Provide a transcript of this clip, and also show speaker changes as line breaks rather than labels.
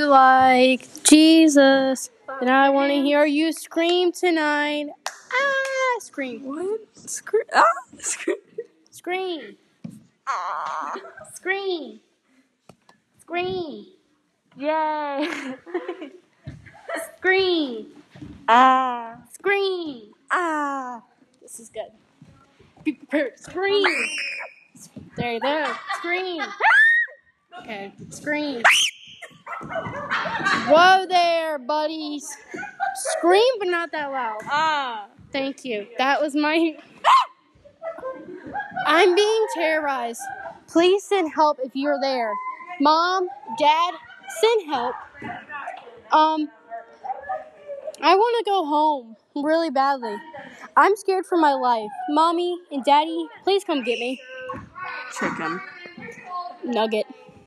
like Jesus. And I want to hear you scream tonight. Ah, scream.
What? Scream. Ah, scream.
Scream. Scream. Scream.
Yay.
Scream.
ah.
Scream.
Ah.
This is good. Be prepared. Scream. There you go. Scream. Okay. Scream. Whoa there, buddies. Scream, but not that loud.
Ah.
Thank you. That was my. I'm being terrorized. Please send help if you're there. Mom, Dad, send help. Um, I want to go home really badly. I'm scared for my life. Mommy and Daddy, please come get me.
Chicken.
Nugget.